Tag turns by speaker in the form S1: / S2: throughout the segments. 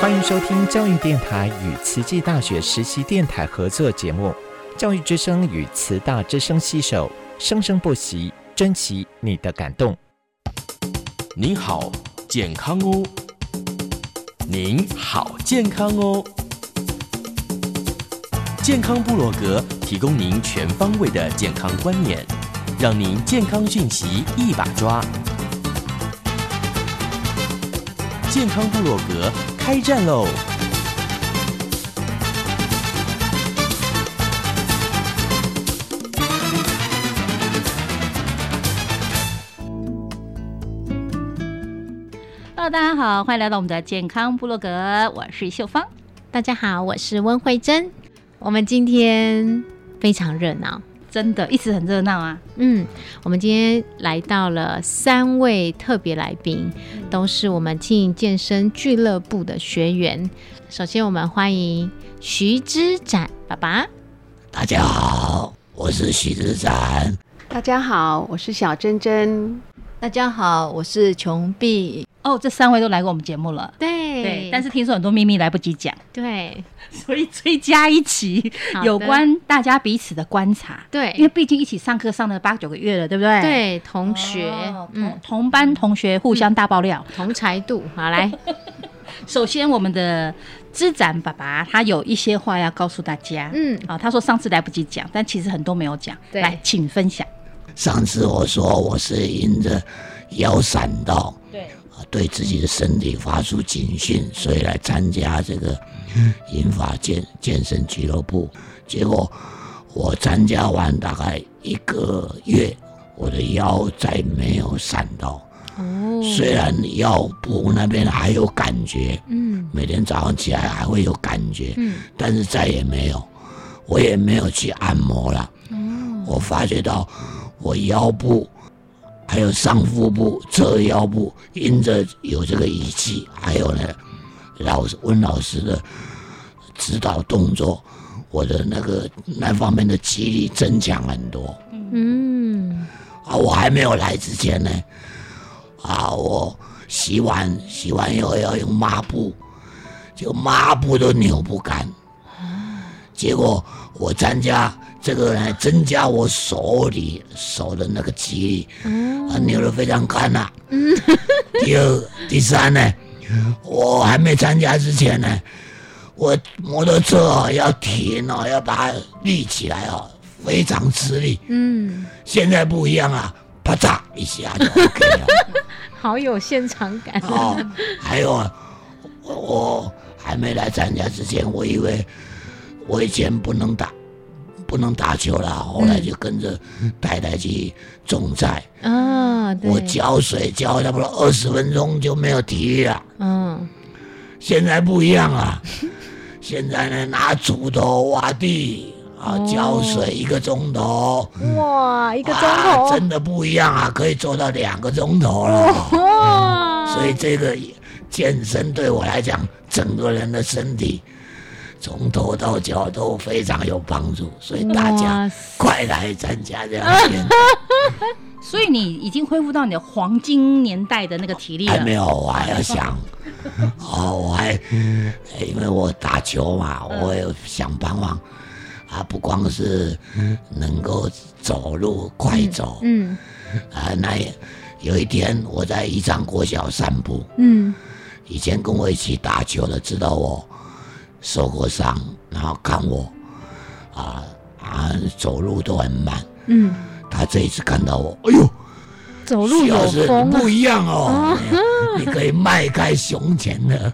S1: 欢迎收听教育电台与慈济大学实习电台合作节目《教育之声》与慈大之声携手，生生不息，珍惜你的感动。
S2: 您好，健康哦！您好，健康哦！健康部落格提供您全方位的健康观念，让您健康讯息一把抓。健康部落格开战喽！
S3: Hello，大家好，欢迎来到我们的健康部落格，我是秀芳。
S4: 大家好，我是温慧珍。我们今天非常热闹，
S3: 真的，一直很热闹啊！
S4: 嗯，我们今天来到了三位特别来宾，都是我们经营健身俱乐部的学员。首先，我们欢迎徐之展爸爸。
S5: 大家好，我是徐志展。
S6: 大家好，我是小珍珍。
S7: 大家好，我是琼碧。
S3: 哦，这三位都来过我们节目了。
S4: 对
S3: 对，但是听说很多秘密来不及讲，
S4: 对
S3: 所以追加一期
S4: 好的
S3: 有关大家彼此的观察。
S4: 对
S3: 因为毕竟一起上课上了八九个月了，对不对？
S4: 对同
S3: 哦，
S4: 学，
S3: 同
S4: 嗯，
S3: 同班同学互相大爆料。
S4: 同才度，好来，
S3: 首先，我们的知展爸爸他有一些话要告诉大家。
S4: 嗯，
S3: 啊、他说上次来不及讲，但其实很多没有讲。
S4: 对
S3: 来，请分享。
S5: 上次我说我是因着腰闪到，
S3: 对，
S5: 啊对自己的身体发出警讯，所以来参加这个银发健健身俱乐部。结果我参加完大概一个月，我的腰再没有闪到，
S4: 哦，
S5: 虽然腰部那边还有感觉，
S4: 嗯
S5: 每天早上起来还会有感觉，
S4: 嗯，
S5: 但是再也没有，我也没有去按摩了。
S4: 哦，
S5: 我发觉到我腰部还有上腹部、侧腰部，因着有这个仪器，还有呢老师温老师的指导动作，我的那个那方面的肌力增强很多
S4: 嗯，
S5: 啊。我还没有来之前呢，啊，我洗碗洗完以后要用抹布，就抹布都扭不干。结果我参加这个呢，增加我手里手的那个肌力，啊，扭得非常干呐、第二、第三呢，我还没参加之前呢，我摩托车啊要停哦，要把它立起来哦，非常吃力。
S4: 嗯，
S5: 现在不一样啊，啪嚓一下就 OK 了。
S4: 好有现场感，
S5: 哦，还有啊，我我还没来参加之前，我以为我以前不能打，不能打球了，后来就跟着太太去种菜，
S4: 啊，对，
S5: 我浇水浇差不多二十分钟就没有体力了。
S4: 嗯，
S5: 现在不一 样了，现在呢拿锄头挖地啊，浇水一个钟头，
S4: 哦哇，一
S5: 一啊、真的不一样啊，可以做到两个钟头了。
S4: 哇，
S5: 所以这个健身对我来讲，整个人的身体从头到脚都非常有帮助，所以大
S4: 哇
S5: 家
S4: 塞
S5: 快来参加这样的 健身，
S3: 所以你已经恢复到你的黄金年代的那个体力
S5: 还没
S3: 了。
S5: 有，我还 要想。哦，我还因为我打球嘛，我也想帮忙啊，不光是能够走路快走，
S4: 嗯
S5: 啊，那也有一天我在宜昌国小散步，
S4: 嗯
S5: 以前跟我一起打球的知道我受过伤，然后看我啊啊走路都很慢。
S4: 嗯，
S5: 他这一次看到我，哎呦，
S4: 走路有
S5: 小子
S4: 风啊
S5: 不，一样哦，你可以迈开胸前 的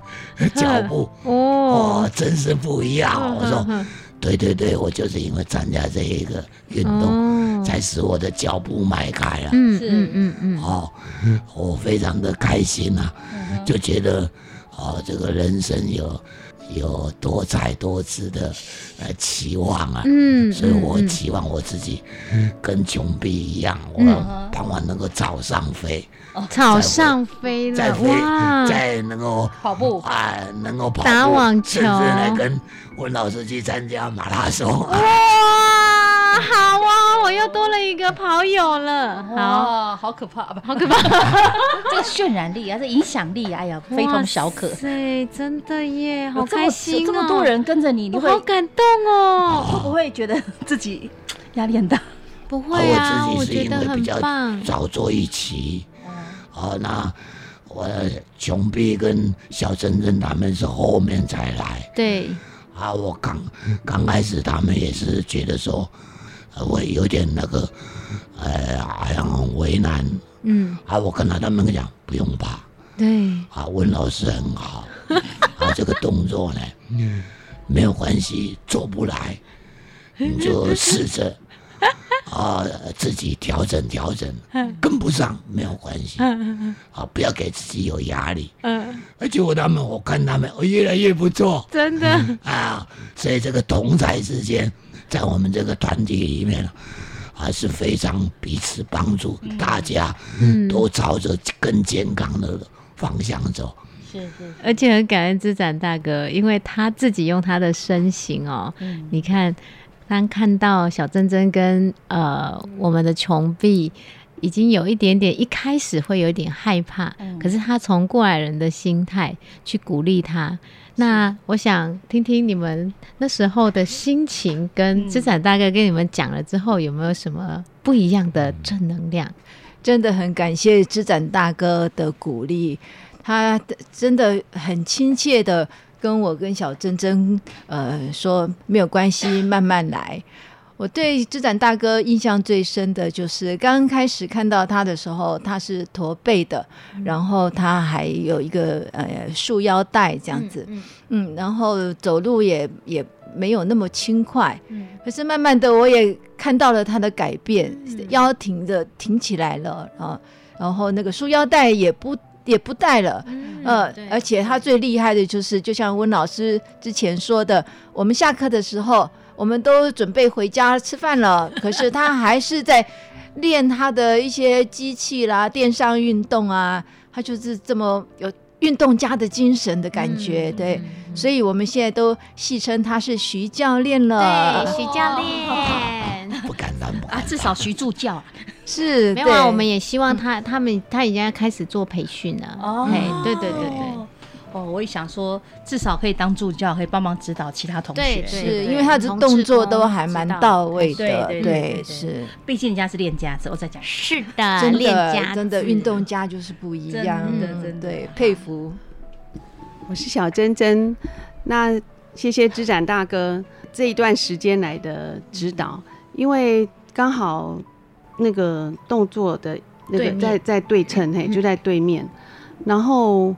S5: 脚步，
S4: 哦嗯
S5: 哦，，真是不一样哦。我说，对对对，我就是因为参加这一个运动，
S4: 哦，
S5: 才使我的脚步迈开啊。
S4: 嗯
S3: 是
S4: 嗯嗯嗯，
S5: 哦，我非常的开心呐、啊，就觉得哦，这个人生有有多彩多姿的呃期望啊，
S4: 嗯，
S5: 所以我
S4: 嗯
S5: 期望我自己跟穷逼一样，我傍晚能够早上飞，
S4: 嗯草上飞
S5: 再
S4: 了，
S5: 飞
S4: 哇，
S5: 再能够
S3: 跑步
S5: 啊、能够跑步
S4: 打网
S5: 甚至
S4: 球
S5: 来跟温老师去参加马拉松啊。
S4: 哇好哦，我又多了一个跑友了。好，
S3: 哇，好可怕吧？好可怕！ 这个渲染力啊，这影响力啊，哎呀，非同小可。
S4: 对，真的耶，好
S3: 有这么
S4: 开心哦！
S3: 有这么多，人跟着你，你
S4: 我
S3: 会
S4: 好感动哦。
S3: 会不会觉得自己压力很大？
S4: 不
S5: 啊
S4: 会啊，
S5: 我
S4: 我
S5: 自己是
S4: 觉
S5: 因
S4: 得
S5: 为
S4: 很
S5: 比较
S4: 棒。
S5: 早做一期，哦，那我琼碧跟小珍珍他们是后面才来
S4: 对，
S5: 啊。我刚刚开始他们也是觉得说，呃我有点那个，呃，好像很为难
S4: 嗯，
S5: 啊。我跟他他们讲不用怕
S4: 对，
S5: 啊，温老师很好啊，这个动作呢，没有关系，做不来你就试着。啊，自己调整调整，跟不上没有关系。
S4: 嗯
S5: 啊，不要给自己有压力。
S4: 嗯，
S5: 而且我他们，我看他们哦越来越不错
S4: 真的，
S5: 啊，所以这个同才之间，在我们这个团体里面，还是非常彼此帮助，大家
S4: 嗯，
S5: 都朝着更健康的方向走。
S3: 是是，
S4: 而且很感恩之展大哥，因为他自己用他的身形哦，
S3: 嗯，
S4: 你看，当看到小珍珍跟呃我们的琼碧。已经有一点点，一开始会有一点害怕，
S3: 嗯
S4: 可是他从过来人的心态去鼓励他。那我想听听你们那时候的心情，跟
S3: 嗯
S4: 资产大哥跟你们讲了之后，有没有什么不一样的正能量？
S7: 真的很感谢知展大哥的鼓励，他真的很亲切的跟我跟小珍珍呃说没有关系，慢慢来。我对知展大哥印象最深的就是刚开始看到他的时候，他是驼背的，
S4: 嗯
S7: 然后他还有一个呃束腰带这
S4: 这
S7: 样子，
S4: 嗯
S7: 嗯，然后走路也也没有那么轻快，
S4: 嗯
S7: 可是慢慢的，我也看到了他的改变，
S4: 嗯
S7: 腰挺着挺起来了啊，然后那个束腰带也不也不带了。
S4: 嗯
S7: 呃，而且他最厉害的就是，就像温老师之前说的，我们下课的时候，我们都准备回家吃 饭了，可是他还是在练他的一些机器啦、电商运动啊，他就是这么有运动家的精神的感觉，
S4: 嗯
S7: 对。所
S4: 以
S7: 以我们现在都戏称他是徐教练了。
S4: 对徐教练。
S5: 不敢当，不
S3: 啊，
S5: 敢
S3: 至少徐助教
S7: 是，
S4: 没有啊，
S7: 对
S4: 我们也希望他他们他已经要开始做培训了。嘿对对对对，。
S3: 哦，我也想说，至少可以当助教，可以帮忙指导其他同学。
S4: 对
S7: 是
S4: 对
S7: 因为他的
S4: 从
S7: 动
S4: 志
S7: 作
S4: 工
S7: 都还
S4: 知
S7: 蛮
S4: 道
S7: 到位
S3: 对
S7: 的，
S3: 对对对对
S7: 是
S3: 毕竟人家是练家子，我再讲。
S4: 是的，
S7: 真
S4: 啊练
S7: 的
S4: 家
S7: 真的
S4: 子
S7: 运动家就是不一
S3: 真
S7: 样，
S3: 的
S7: 嗯
S3: 真的
S7: 对，佩服。
S6: 我是小珍珍。那谢谢知展大哥这一段时间来的指导，因为刚好那个动作的那
S3: 对
S6: 个
S3: 面嗯
S6: 在在对称，嘿，就在对面。然后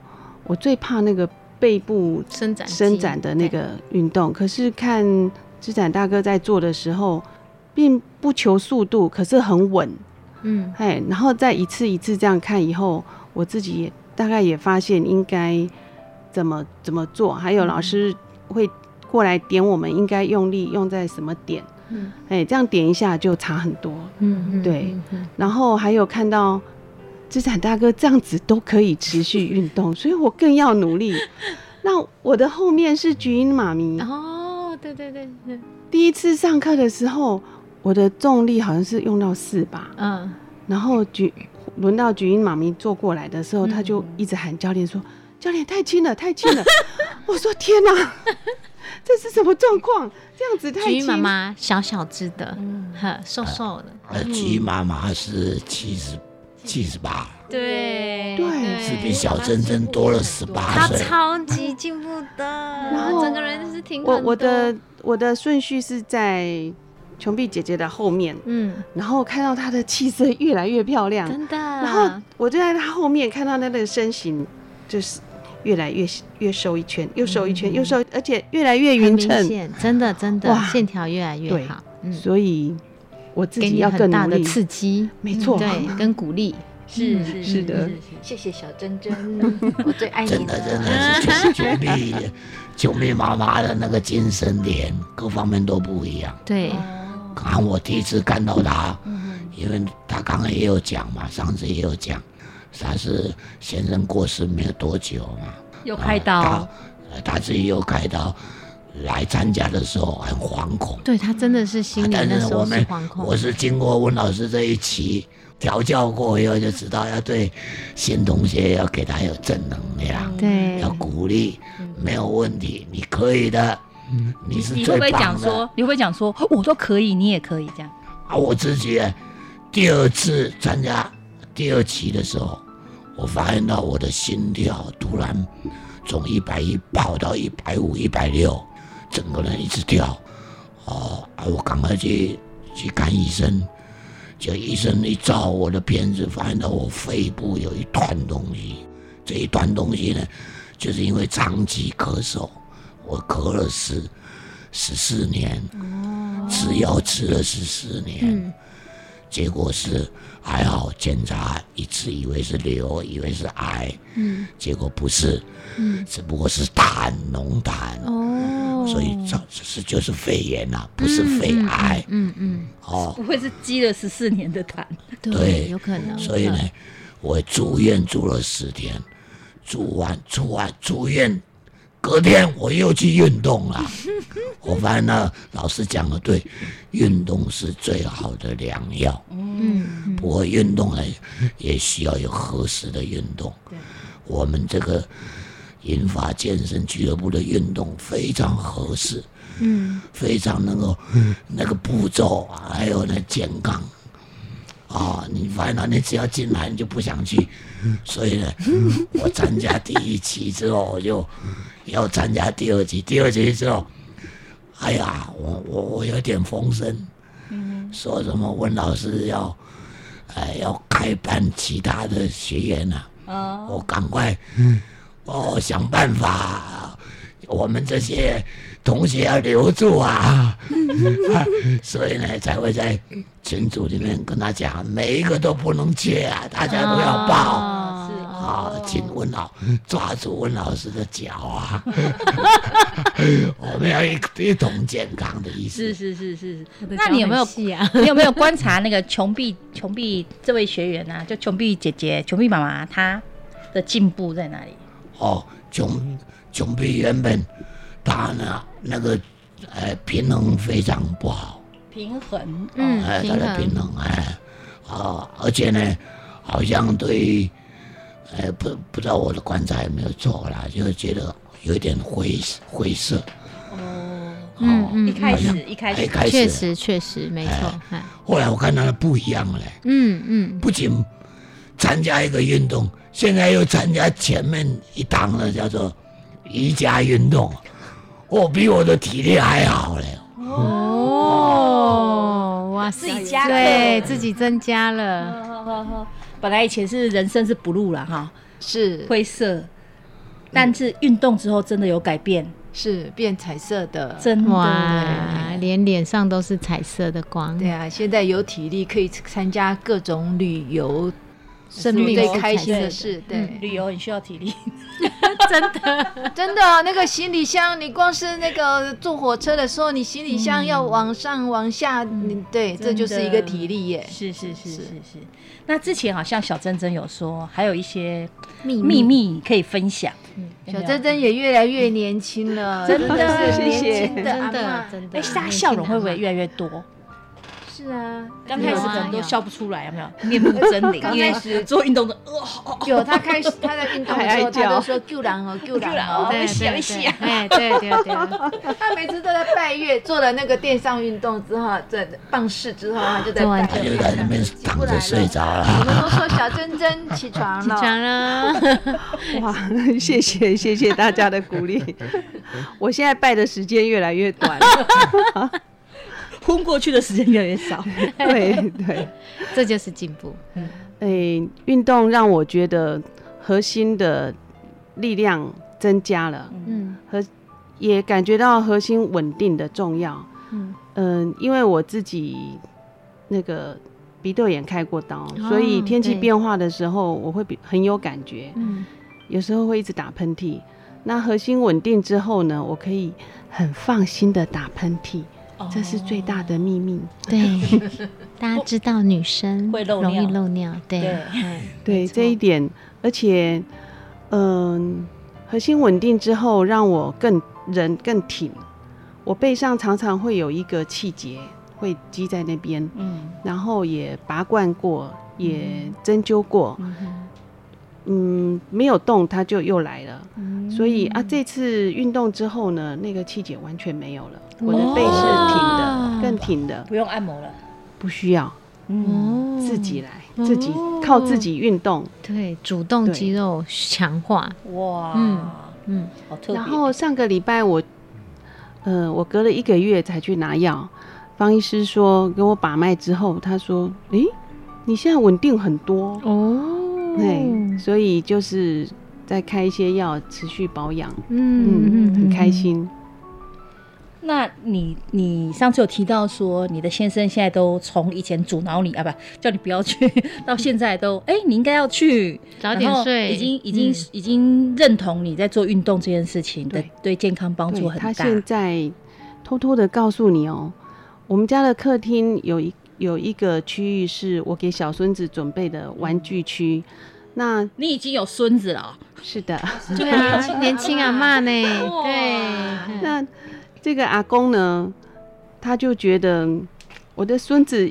S6: 我最怕那个背部
S4: 伸展
S6: 伸展的那个运动，可是看知展大哥在做的时候，并不求速度，可是很稳。
S4: 嗯
S6: 哎，然后再一次一次这样看以后，我自己也大概也发现应该怎么怎么做，还有老师
S4: 嗯
S6: 会过来点我们应该用力用在什么点，
S4: 嗯
S6: 哎，这样点一下就差很多。
S4: 嗯
S6: 对然后还有看到资产大哥这样子都可以持续运动，所以我更要努力。那我的后面是菊英妈咪，
S4: 哦，对对对，对
S6: 第一次上课的时候，我的重力好像是用到四吧，
S4: 嗯，
S6: 然后举轮到菊英妈咪坐过来的时候，
S4: 嗯
S6: 她就一直喊教练说：“教练太轻了，太轻了！” 我说：“天哪， 这是什么状况？这样子太
S4: 菊
S6: 轻。”
S4: 妈妈小小只的，
S3: 嗯
S4: 呵，瘦瘦的，
S5: 当。呃，菊妈妈是七十七十八，
S4: 对
S6: 对
S5: 是比小珍珍多了十
S4: 他
S5: 八岁。
S4: 超级进步的，然
S6: 后
S4: 整个人就是挺
S6: 我
S4: 很
S6: 我
S4: 多
S6: 的我的顺序是在琼碧姐姐的后面，
S4: 嗯，
S6: 然后看到她的气色越来越漂亮，
S4: 真的，啊
S6: 然
S4: 然
S6: 后我就在她后面看到她的身形，就是越来越越瘦一圈，又瘦一圈，又瘦，而且越来越匀
S4: 嗯明
S6: 称。
S4: 显，真的真的
S6: 哇
S4: 线条越来越
S6: 对
S4: 好，嗯，
S6: 所以我自
S4: 给
S6: 己
S4: 你
S6: 要
S4: 很
S6: 更
S4: 大
S6: 努
S4: 的
S6: 力。
S4: 刺激，
S6: 没错
S4: 对，跟鼓励，
S7: 嗯
S3: 是是
S6: 是的，
S7: 谢谢小珍 珍，我最爱
S5: 真的真的是九妹九妹妈妈的那个精神点，各方面都不一样。
S4: 对，
S5: 刚刚我第一次看到他，因为他刚刚也有讲嘛，上次也有讲，他是先生过世没有多久嘛，
S3: 又开刀
S5: 啊，他呃他自己又开刀，来参加的时候很惶恐，
S4: 对他真的是心里
S5: 啊但
S4: 那
S5: 是
S4: 时
S5: 我
S4: 候是
S5: 们
S4: 惶恐，
S5: 我是经过温老师这一期调教过以后，就知道要对新同学要给他有正能量，
S3: 嗯
S7: 嗯
S4: 对
S5: 要鼓励，没有问题，你可以的，你是
S3: 你会
S5: 最
S3: 不会讲
S5: 棒的。
S3: 说，你会不会讲说，哦我都可以，你也可以这样？
S5: 啊，我自己第二次参加第二期的时候，我发现到我的心跳突然从一百一跑到一百五、一百六，整个人一直跳。哦，啊，我赶快去去看医生，就医生一照我的片子，发现到我肺部有一团东西，这一团东西呢，就是因为长期咳嗽，我咳了十十四年，吃药吃了十四年。
S4: 嗯
S5: 结果是还好，检查一次以为是瘤，以为是癌，嗯，结果不是，嗯，只不过是痰脓痰，
S4: 哦，
S5: 所以这只是就是肺炎啊，不是肺癌、
S4: 嗯嗯，
S5: 哦。
S3: 不会是积了十四年的痰？
S5: 对
S4: 对，有可能，
S5: 所以呢，我住院住了十天，住完住完住院，隔天我又去运动了。我发现呢，老师讲的对，运动是最好的良药。
S4: 嗯，
S5: 不过运动呢，也需要有合适的运动。我们这个银发健身俱乐部的运动非常合适，嗯，非常能够那个步骤啊，还有那健康。啊、你发现了，你只要进来你就不想去，所以呢，我参加第一期之后，我就要参加第二期，第二期之后，哎呀，我我我有点风声，说什么温老师要，呃，要开办其他的学员呐、啊。我赶快，哦，想办法，我们这些同学要留住啊。啊 所以呢，才会在群组里面跟他讲，每一个都不能缺啊，大
S4: 嗯
S5: 家都要报。
S4: 哦是
S5: 啊，请温老抓住温老师的脚啊！我们要一一同健康的意思。
S3: 是是是是。
S4: 我的
S3: 那你有
S4: 脚
S3: 没
S4: 很
S3: 有
S4: 细啊？
S3: 你有没有观察那个琼碧琼碧这位学员啊，就琼碧姐姐、琼碧妈妈，她的进步在哪里？
S5: 哦，穷穷碧原本他呢那个呃平衡非常不好，
S3: 平衡，
S4: 嗯
S5: 哎、他
S4: 平
S5: 的平
S4: 衡，
S5: 衡哎，哦，而且呢好像对，呃不不知道我的观察有没有错啦，就是觉得有一点灰灰色，
S4: 嗯嗯，
S3: 一开
S5: 好
S3: 始
S5: 像
S3: 一开
S5: 哎
S3: 始，
S5: 开
S4: 确实
S5: 始，
S4: 确实没错，哎
S5: 后来我看他不一样了，
S4: 嗯嗯，
S5: 不仅参加一个运动，现在又参加前面一堂的叫做瑜伽运动，我、哦、比我的体力还好嘞。
S4: 哦，哇塞，
S3: 自己加
S4: 对
S3: 了
S4: 自己增加了，
S3: 本来以前是人生是 blue 了哈，
S7: 是
S3: 灰色，但是运动之后真的有改变，
S7: 是变彩色的，
S3: 真
S4: 嗯
S3: 的
S4: 哇，连脸上都是彩色的光，
S7: 对啊，现在有体力可以参加各种旅游，
S4: 生
S7: 是我
S4: 命
S7: 最
S4: 是
S7: 开
S4: 彩
S7: 心
S4: 色
S7: 的事，对，
S3: 旅游很需要体力，
S7: 真的那个行李箱，你光是那个坐火车的时候，你行李箱要往上往下，你对，
S3: 哎
S7: 这就是一个体力耶，
S3: 是是是是是。那之前好像小珍珍有说，还有一些
S4: 秘
S3: 秘密可以分享，有没
S7: 哎小
S3: 有
S7: 珍珍也越来越年轻了，
S3: 真的
S7: 是
S3: 谢
S6: 谢
S7: 年轻的阿
S4: 真的啊
S7: 嬷
S4: 真的，
S3: 哎，大家笑容会不会越来越多？
S7: 是啊，
S3: 刚开始可能
S4: 有
S3: 都
S4: 啊
S3: 笑不出来，有没有？啊面目狰狞，
S7: 刚
S3: 因为
S7: 开始
S3: 做运动的，呃，哦
S7: 有他开始他在运动的时候，
S6: 还爱叫
S7: 他都说救人哦， 救人哦，
S4: 对
S3: 一起啊
S4: 对
S3: 一起
S4: 对
S3: 啊
S4: 哎，对对对，
S7: 他每次都在拜月，做了那个电上运动之后，这棒式之后，他就在
S4: 做完
S7: 拜
S5: 他
S7: 月
S5: 就，在那边躺着睡着
S7: 我
S5: 了。
S7: 们都说小珍珍起床
S4: 起
S7: 了，
S4: 床 了，
S6: 哇，谢谢谢谢大家的鼓励。我现在拜的时间越来越短了，
S3: 昏过去的时间越来越少。
S6: 对对。
S4: 这就是进步，
S6: 诶、运动让我觉得核心的力量增加了，
S4: 嗯
S6: 也感觉到核心稳定的重要。
S4: 嗯
S6: 嗯，因为我自己那个鼻窦炎开过刀，
S4: 哦
S6: 所以天气
S4: 对
S6: 变化的时候，我会比很有感觉，
S4: 嗯，
S6: 有时候会一直打喷嚏。那核心稳定之后呢，我可以很放心的打喷嚏，
S4: 哦
S6: 这是最大的秘密。
S4: 对，大家知道女生
S3: 会漏
S4: 容易
S3: 尿
S4: 漏尿，
S3: 对
S4: 对，嗯
S6: 对
S4: 没错
S6: 这一点，而且，嗯、核心稳定之后，让我更人更挺，我背上常常会有一个气节会积在那边，
S3: 嗯
S6: 然后也拔罐过，也针灸过，
S3: 嗯哼
S6: 嗯，没有动它就又来了。
S3: 嗯
S6: 所以啊，这次运动之后呢，那个气节完全没有了，我的
S4: 哦
S6: 背是挺的，更挺的，
S3: 不用按摩了，
S6: 不需要
S3: 嗯，
S4: 哦
S6: 自己来，
S4: 哦
S6: 自己靠自己运动。
S4: 对主动
S6: 对
S4: 肌肉强化，
S3: 哇，
S4: 嗯嗯，
S3: 好特别，
S6: 然后上个礼拜我，呃，我隔了一个月才去拿药，方医师说给我把脉之后，他说：“诶，你现在稳定很多。
S4: 哦
S6: 对，所以就是在开一些药持续保养，
S4: 嗯
S6: 嗯，很开。心。
S3: 那你你上次有提到说，你的先生现在都从以前阻挠你啊，不叫你不要去，到现在 都哎、你应该要去，
S4: 早点
S3: 然后
S4: 睡
S3: 已经已经、
S4: 嗯
S3: 已经认同你在做运动这件事情的
S6: 对
S3: 对健康帮助
S6: 对
S3: 很
S6: 他
S3: 大。
S6: 现在偷偷的告诉你哦，我们家的客厅有一有一个区域是我给小孙子准备的玩具区。那
S3: 你已经有孙子了哦，
S6: 是的，
S4: 对啊， 年轻阿妈呢？
S3: 哇
S4: 对，嗯
S6: 那这个阿公呢，他就觉得嗯我的孙子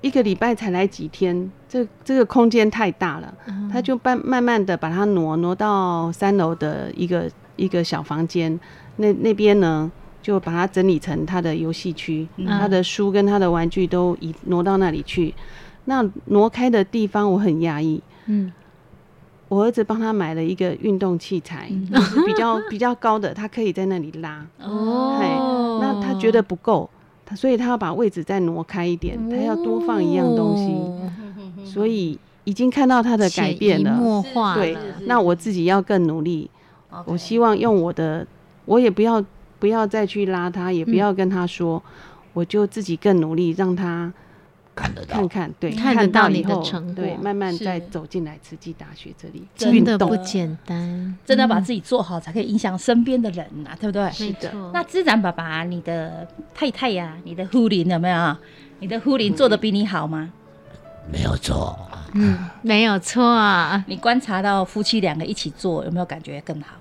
S6: 一个礼拜才来几天，这这个空间太大了，他就慢慢慢的把它挪挪到三楼的一个一个小房间，那那边呢就把它整理成他的游戏区，
S4: 嗯
S6: 他
S4: 啊
S6: 的书跟他的玩具都移挪到那里去。那挪开的地方我很压抑，
S4: 嗯，
S6: 我儿子帮他买了一个运动器材，就是比较比较高的，他可以在那里拉。
S4: 哦，
S6: 那他觉得不够，他所以他要把位置再挪开一点，他要多放一样东西，
S4: 哦
S6: 所以已经看到他的改变
S4: 潜移
S6: 了。
S4: 默化了，
S6: 对，那我自己要更努力，我希望用我的，我也不要不要再去拉他，也不要跟他说，我就自己更努力，让他
S5: 看得到
S6: 看。看，对，
S4: 看得到
S6: 到
S4: 你
S6: 以
S4: 的
S6: 后
S4: 成果
S6: 对，慢慢
S3: 是
S6: 再走进来慈济大学这里
S4: 真
S6: 运
S4: 的
S6: 动
S4: 不简单，
S3: 真的要把自己做好，才可以影响身边的人啊，对不对？
S4: 没
S6: 的
S4: 错。
S3: 那自然爸爸，你的太太呀、你的护林有没有？你的护林做的比你好吗？
S5: 没有错，
S4: 嗯，没有错啊。
S3: 你观察到夫妻两个一起做，有没有感觉更好？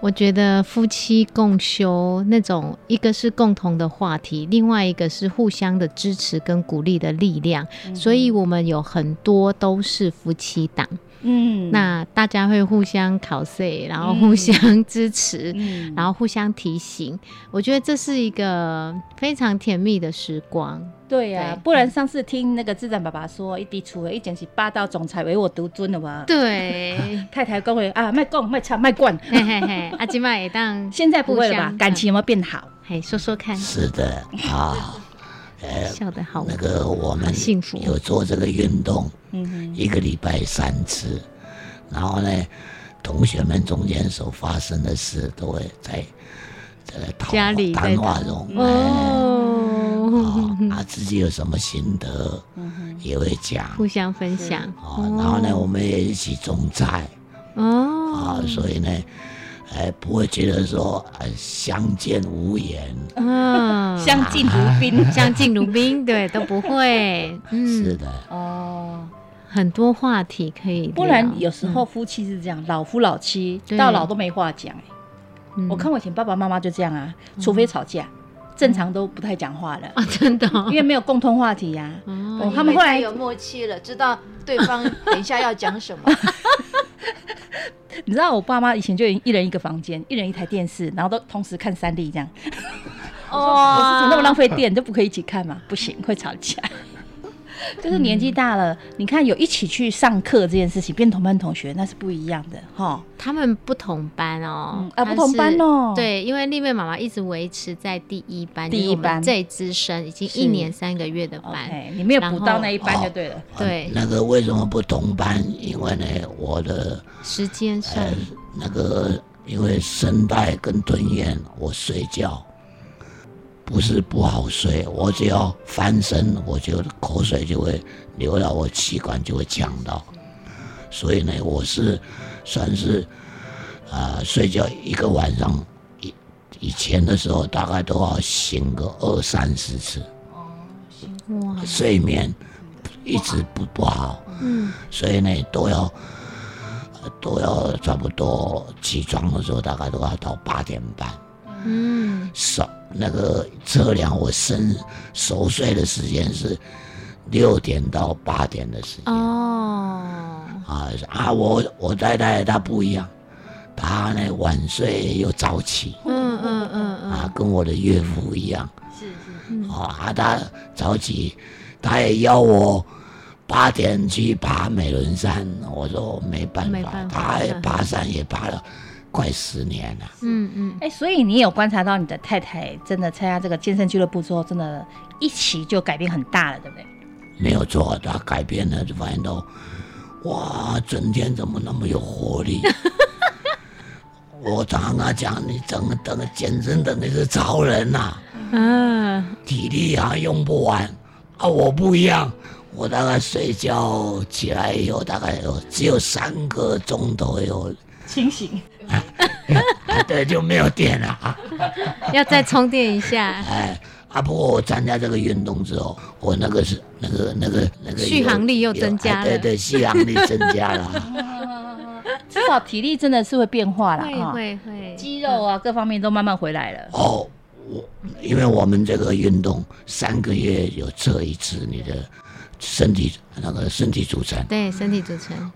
S4: 我觉得夫妻共修那种，一个是共同的话题，另外一个是互相的支持跟鼓励的力量。所以我们有很多都是夫妻档，
S3: 嗯
S4: 那大家会互相考 C，然后
S3: 嗯
S4: 互相支持。
S3: 嗯
S4: 然后互相提醒，我觉得这是一个非常甜蜜的时光。
S3: 对呀、
S4: 对
S3: 不然上次听那个自然爸爸说，一滴除了一点是霸道总裁唯我独尊了吧？
S4: 对，
S3: 太太恭维啊，卖供卖唱卖惯，
S4: 嘿嘿嘿，阿金麦也当
S3: 现在不会了
S4: 互
S3: 吧
S4: 相？
S3: 感情有没有变好？
S4: 嘿说说看，
S5: 是的啊，
S4: 笑得好
S5: 那个我们
S4: 幸福
S5: 有做这个运动，
S3: 嗯哼，
S5: 一个礼拜三次，然后呢，同学们中间所发生的事都会在在谈
S4: 家
S5: 话
S4: 里在
S5: 谈话
S4: 谈
S5: 中，
S4: 哦，
S5: 哎啊，自己有什么心得
S4: 嗯
S5: 也会讲
S4: 互相分享
S5: 啊，
S3: 哦
S5: 然后呢，我们也一起种菜啊
S4: 哦，，
S5: 所以呢，哎，不会觉得说哎相见无言，
S4: 嗯，相
S3: 相敬如宾。
S4: 相敬如宾，对，都不会，嗯，
S5: 是的，
S3: 哦，
S4: 很多话题可以聊，
S3: 不然有时候夫妻是这样，老夫老妻
S4: 啊嗯对
S3: 到老都没话讲、欸。
S4: 嗯
S3: 我看我以前爸爸妈妈就这样啊，除非吵架，正常都不太讲话了，
S4: 啊， 真的哦，
S3: 因为没有共通话题呀、
S4: 哦
S7: 嗯
S3: 哦他们后来
S7: 有默契了，知道对方等一下要讲什么。
S3: 你知道我爸妈以前就一人一个房间，一人一台电视，然后都同时看三 D 这样。我说
S7: 哇
S3: 怎么那么浪费电，就不可以一起看嘛？不行，会吵架。 就是年纪大了，你看有一起去上课这件事情，变同班同学那是不一样的哈。
S4: 他们不同班哦
S3: 嗯，啊
S4: 他
S3: 不同
S4: 是
S3: 班哦
S4: 对，因为丽妹妈妈一直维持在第一班，
S3: 第一
S4: 就是我们
S3: 班
S4: 最资深，已经
S3: 是
S4: 一年三个月的班，
S3: OK，你没有
S4: 然
S3: 补
S4: 后
S3: 到那一班就对了。
S5: 啊
S4: 对
S5: 那个为什么不同班？因为呢，我的
S4: 时间上
S3: 哎
S5: 呃那个，因为声带跟吞咽，我睡觉不是不好睡，我只要翻身，我就口水就会流到我气管，就会呛到。所以呢，我是算是啊、呃睡觉一个晚上，以以前的时候大概都要醒个二三十次，
S4: 哇，
S5: 睡眠一直不不好。
S4: 嗯，
S5: 所以呢都要呃都要差不多起床的时候大概都要到八点半，
S4: 嗯
S5: 手那个测量我身熟睡的时间是六点到八点的时间。
S4: 哦，
S5: 啊啊，我我太太她不一样，她呢晚睡又早起
S4: 嗯嗯嗯
S5: 啊，跟我的岳父一样
S3: 是是，
S5: 啊，她早起，她也邀我八点去爬美仑山，我说没办
S4: 没
S5: 法，
S4: 办法
S5: 她也
S4: 嗯
S5: 爬山也爬了快十年了。
S4: 嗯嗯
S3: 哎，所以你有观察到你的太太真的参加这个健身俱乐部之后，真的一起就改变很大了，对不对？
S5: 没有错，他改变了，就发现到，哇，整天怎么那么有活 力？我常常讲，你整个等个健身等于是超人啊呐、
S4: 嗯嗯，
S5: 体力还用不完啊！我不一样，我大概睡觉起来以后，大概有只有三个钟头有，
S3: 清醒，
S5: 啊对，就没有电了啊！
S4: 要再充电一下，
S5: 哎啊！不过我参加这个运动之后，我那个是那个那个那个
S4: 续
S5: 有
S4: 航力又
S5: 有
S4: 增
S5: 哎
S4: 加
S5: 对
S4: 了
S5: 对，续航力增加了 啊。
S3: 至少体力真的是会变化啦，
S4: 会
S3: 啊
S4: 会会，
S3: 肌肉啊各方面都慢慢回来了。
S5: 哦，我因为我们这个运动三个月有测一次你的身体那个身体组成，
S4: 对身体组成，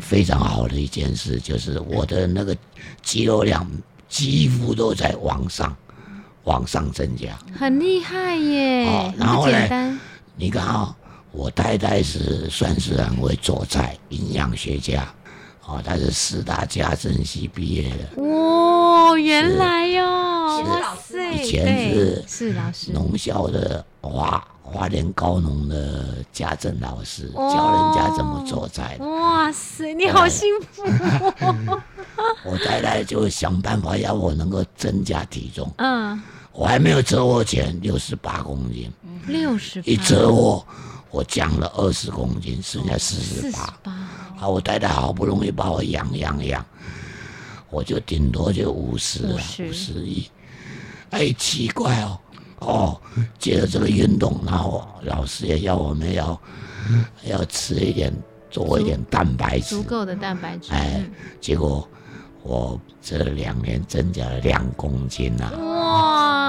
S5: 非常好的一件事就是我的那个肌肉量几乎都在往上往上增加。
S4: 很厉害耶
S5: 哦，然后
S4: 不简
S5: 嘞
S4: 单，
S5: 你看啊、我太太是算是很会做菜，营养学家。哦，她是师大家政系毕业的，
S4: 哇，原来哟，哇塞，
S5: 以前
S4: 对
S5: 是
S4: 是老师，
S5: 农校的华华联高农的家政老师，教人家怎么做菜的。
S4: 哇塞，你好幸福哦，
S5: 我太太就想办法要我能够增加体重。
S4: 嗯，
S5: 我还没有车祸前六十八公斤，
S4: 六十
S5: 一车祸我降了二十公斤，剩下四
S4: 四
S5: 十
S4: 十
S5: 八。
S4: 八，
S5: 啊，我太太好不容易把我养养养，我就顶多就五十了，
S4: 50
S5: 五十一。哎，奇怪哦，哦，借着这个运动，然后老师也要我们要要吃一点，多一点蛋白质
S4: 足。够的蛋白质，
S5: 哎，结果我这两年增加了两公斤
S4: 嗯
S5: 啊，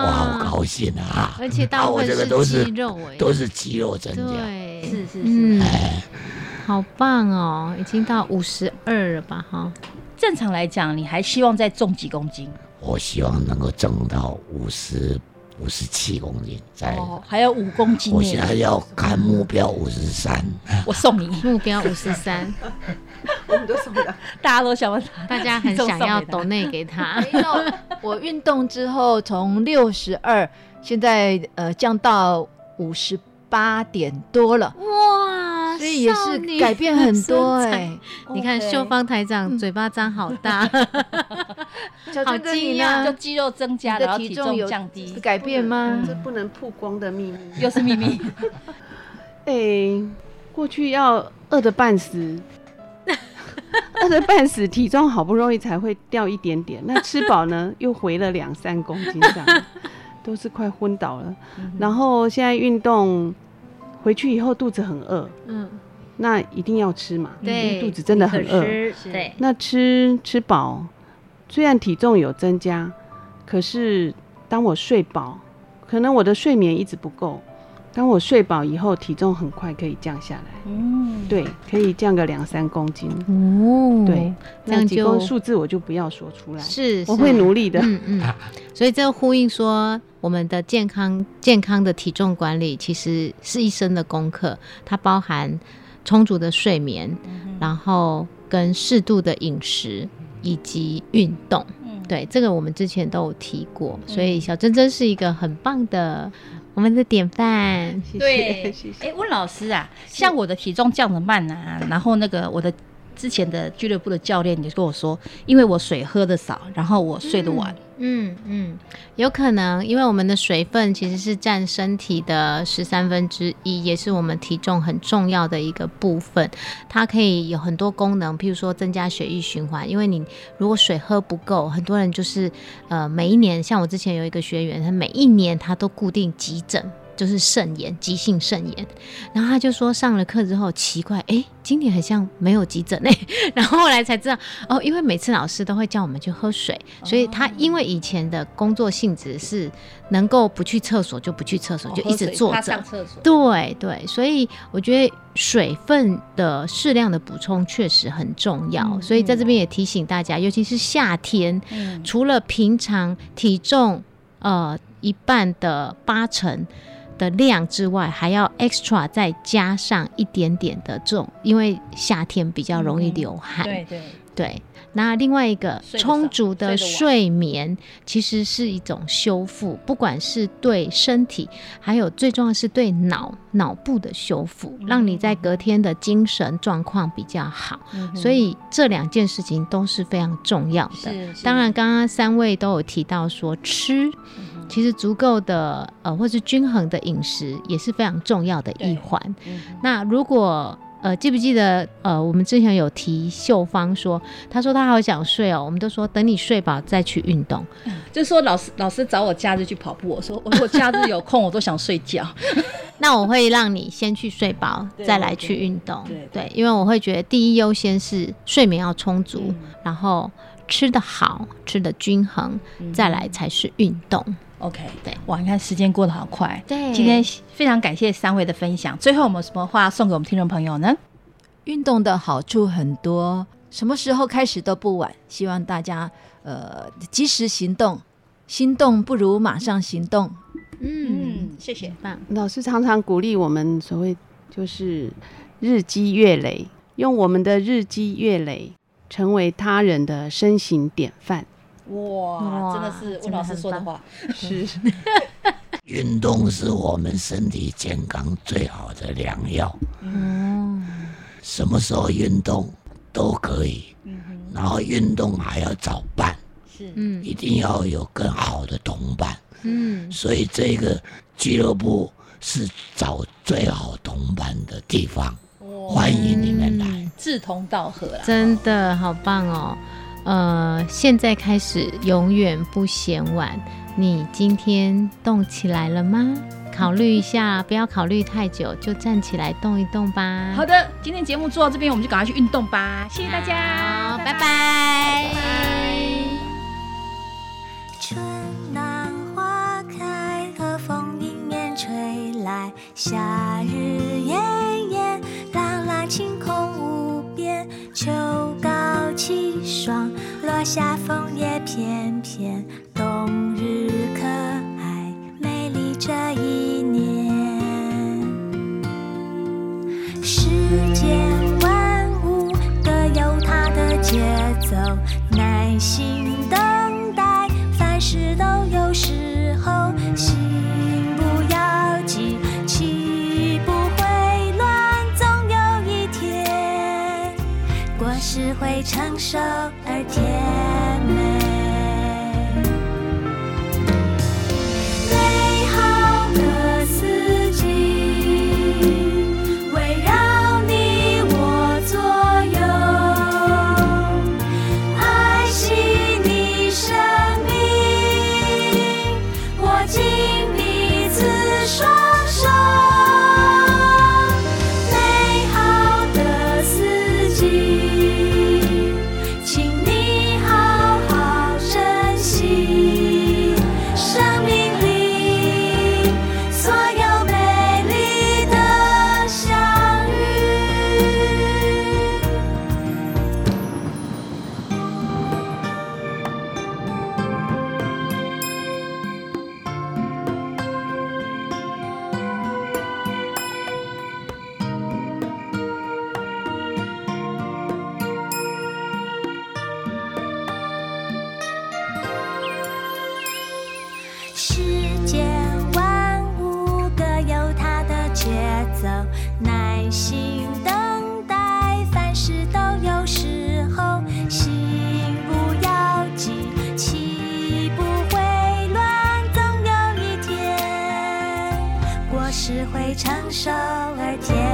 S5: 我好
S4: 哇，
S5: 高兴啊！
S4: 而且大
S5: 啊，
S4: 部
S5: 我
S4: 分
S5: 这个都
S4: 肌
S5: 是
S4: 肉哎，
S5: 都是肌肉增加，
S4: 对，
S3: 是是是，
S4: 嗯，
S5: 哎，
S4: 好棒哦，已经到五十二了吧哈，
S3: 正常来讲，你还希望再重几公斤？
S5: 我希望能够增到五十五十七公斤，在
S3: 哦，还有五公斤
S5: 我现
S3: 呢，
S5: 在要看目标五十三，
S3: 我送你，
S4: 目标五十三，
S6: 我们都 送的。
S3: 大家都想要打，
S4: 大家很想要
S3: 你送
S4: 抖
S3: 上
S4: 内给他，
S7: 没有，哎我运动之后从六十二，现在呃降到五十八点多了，
S4: 哇，
S7: 所以也
S4: 少
S7: 是
S4: 女
S7: 改变很多
S4: 身
S7: 哎、
S4: 材你看
S3: OK
S4: 秀芳台长嘴巴张好大，
S7: 小
S4: 好
S7: 珍珍
S4: 惊
S7: 你
S4: 讶
S7: 呢
S3: 就？肌肉增加，
S7: 你的
S3: 然后
S7: 体
S3: 体
S7: 重
S3: 重
S7: 有
S3: 降低，
S7: 改变吗？
S6: 这不能曝光的秘密。
S3: 又是秘密。
S6: 诶、哎过去要饿得半死，饿得半死，体重好不容易才会掉一点点。那吃饱呢，又回了两三公斤这样，都是快昏倒了。然后现在运动回去以后肚子很饿，
S4: 嗯，
S6: 那一定要吃嘛，因为
S4: 对
S6: 肚子真的很饿。
S3: 对，
S6: 那吃吃饱，虽然体重有增加，可是当我睡饱，可能我的睡眠一直不够。当我睡饱以后，体重很快可以降下来，
S3: 嗯，
S6: 对，可以降个两三公斤。
S4: 哦
S6: 对，，
S4: 这样
S6: 那几
S4: 就
S6: 公数字我就不要说出来，
S4: 是
S6: 我会
S4: 力
S6: 努力的。
S4: 嗯嗯，所以这呼应说，我们的健康健康的体重管理其实是一生的功课，它包含充足的睡眠，然后跟适度的饮食以及运动。
S3: 嗯，
S4: 对，这个我们之前都有提过，所以小珍珍是一个很棒的我们的典范。
S6: 谢
S3: 对
S6: 谢， 谢谢。
S3: 哎，温老师啊，像我的体重降得慢啊，然后那个我的之前的俱乐部的教练就跟我说，因为我水喝的少，然后我睡得晚，
S4: 嗯嗯，有可能，因为我们的水分其实是占身体的十三分之一，也是我们体重很重要的一个部分。它可以有很多功能，譬如说增加血液循环。因为你如果水喝不够，很多人就是呃，每一年像我之前有一个学员，他每一年他都固定急诊。就是肾炎，急性肾炎。然后他就说上了课之后奇怪，哎，今年好像没有急诊哎、然后后来才知道哦，因为每次老师都会叫我们去喝水，所以他因为以前的工作性质是能够不去厕所就不去厕所，
S3: 嗯
S4: 就一直坐
S3: 他
S4: 着
S3: 上。厕所，
S4: 对对，所以我觉得水分的适量的补充确实很重要，
S3: 嗯
S4: 所以在这边也提醒大家，尤其是夏天，
S3: 嗯
S4: 除了平常体重呃一半的八成的量之外，还要 extra 再加上一点点的重，因为夏天比较容易
S3: 嗯
S4: 流汗。
S3: 对对，
S4: 对，那另外一个
S3: 睡得少
S4: 充足的
S3: 睡得晚
S4: 睡眠其实是一种修复，不管是对身体，还有最重要是对脑脑部的修复，让你在隔天的精神状况比较好。
S3: 嗯哼
S4: 所以这两件事情都是非常重要的。
S3: 是是
S4: 当然，刚刚三位都有提到说吃，
S3: 嗯
S4: 其实足够的呃或是均衡的饮食也是非常重要的一
S3: 对
S4: 环。
S3: 嗯
S4: 那如果呃记不记得呃我们之前有提秀芳说，她说她好想睡哦，我们都说等你睡饱再去运动。
S3: 就是说老师老师找我假日去跑步，我说 我如果假日有空，我都想睡觉。
S4: 那我会让你先去睡饱，
S3: 对
S4: 再来
S3: 对
S4: 去运动。
S3: 对
S4: 因为我会觉得第一优先是睡眠要充足，
S3: 嗯
S4: 然后吃得好，吃得均衡，再来才是运动。
S3: OK，
S4: 对，
S3: 哇，你看时间过得好快。
S4: 对
S3: 今天非常感谢三位的分享。最后有没有什么话送给我们听众朋友呢？
S7: 运动的好处很多，什么时候开始都不晚。希望大家呃及时行动，心动不如马上行动。
S4: 嗯，，
S3: 谢谢。
S4: 棒，
S6: 老师常常鼓励我们，所谓就是日积月累，用我们的日积月累成为他人的身形典范。
S3: 哇，
S4: 哇
S3: 真的是温
S4: 真的
S3: 老师
S4: 很
S3: 说的
S4: 棒
S3: 话，
S6: 是，
S5: 运动是我们身体健康最好的良药。
S4: 嗯，
S5: 什么时候运动都可以，然后运动还要找伴，
S3: 是
S4: 嗯
S5: 一定要有更好的同伴。
S4: 嗯，
S5: 所以这个俱乐部是找最好同伴的地方，欢迎你们来。
S4: 嗯
S3: 志同道合啦。
S4: 真的好棒哦！呃，现在开始永远不嫌晚。你今天动起来了吗？考虑一下，不要考虑太久，就站起来动一动吧。
S3: 好的，今天节目做到这边，我们就赶快去运动吧。谢谢大
S4: 好
S3: 家，
S4: 拜拜。
S8: 春暖花开，和风迎面吹来，夏日炎炎，朗朗晴空无边，秋高气爽，落下枫叶翩翩，冬日可爱，美丽这一年。世界万物各有它的节奏，耐心等待，凡事都有时候，心不要急，气不会乱，总有一天，果实会成熟而甜美。美好的四季围绕你我左右，爱惜你生命，握紧彼此双手。美好的四季，请你好好珍惜生命里所有美丽的相遇。世界万物各有它的节奏，耐心等待，凡事都有时候，心不要急，气不会乱，总有一天，果实会成熟而甜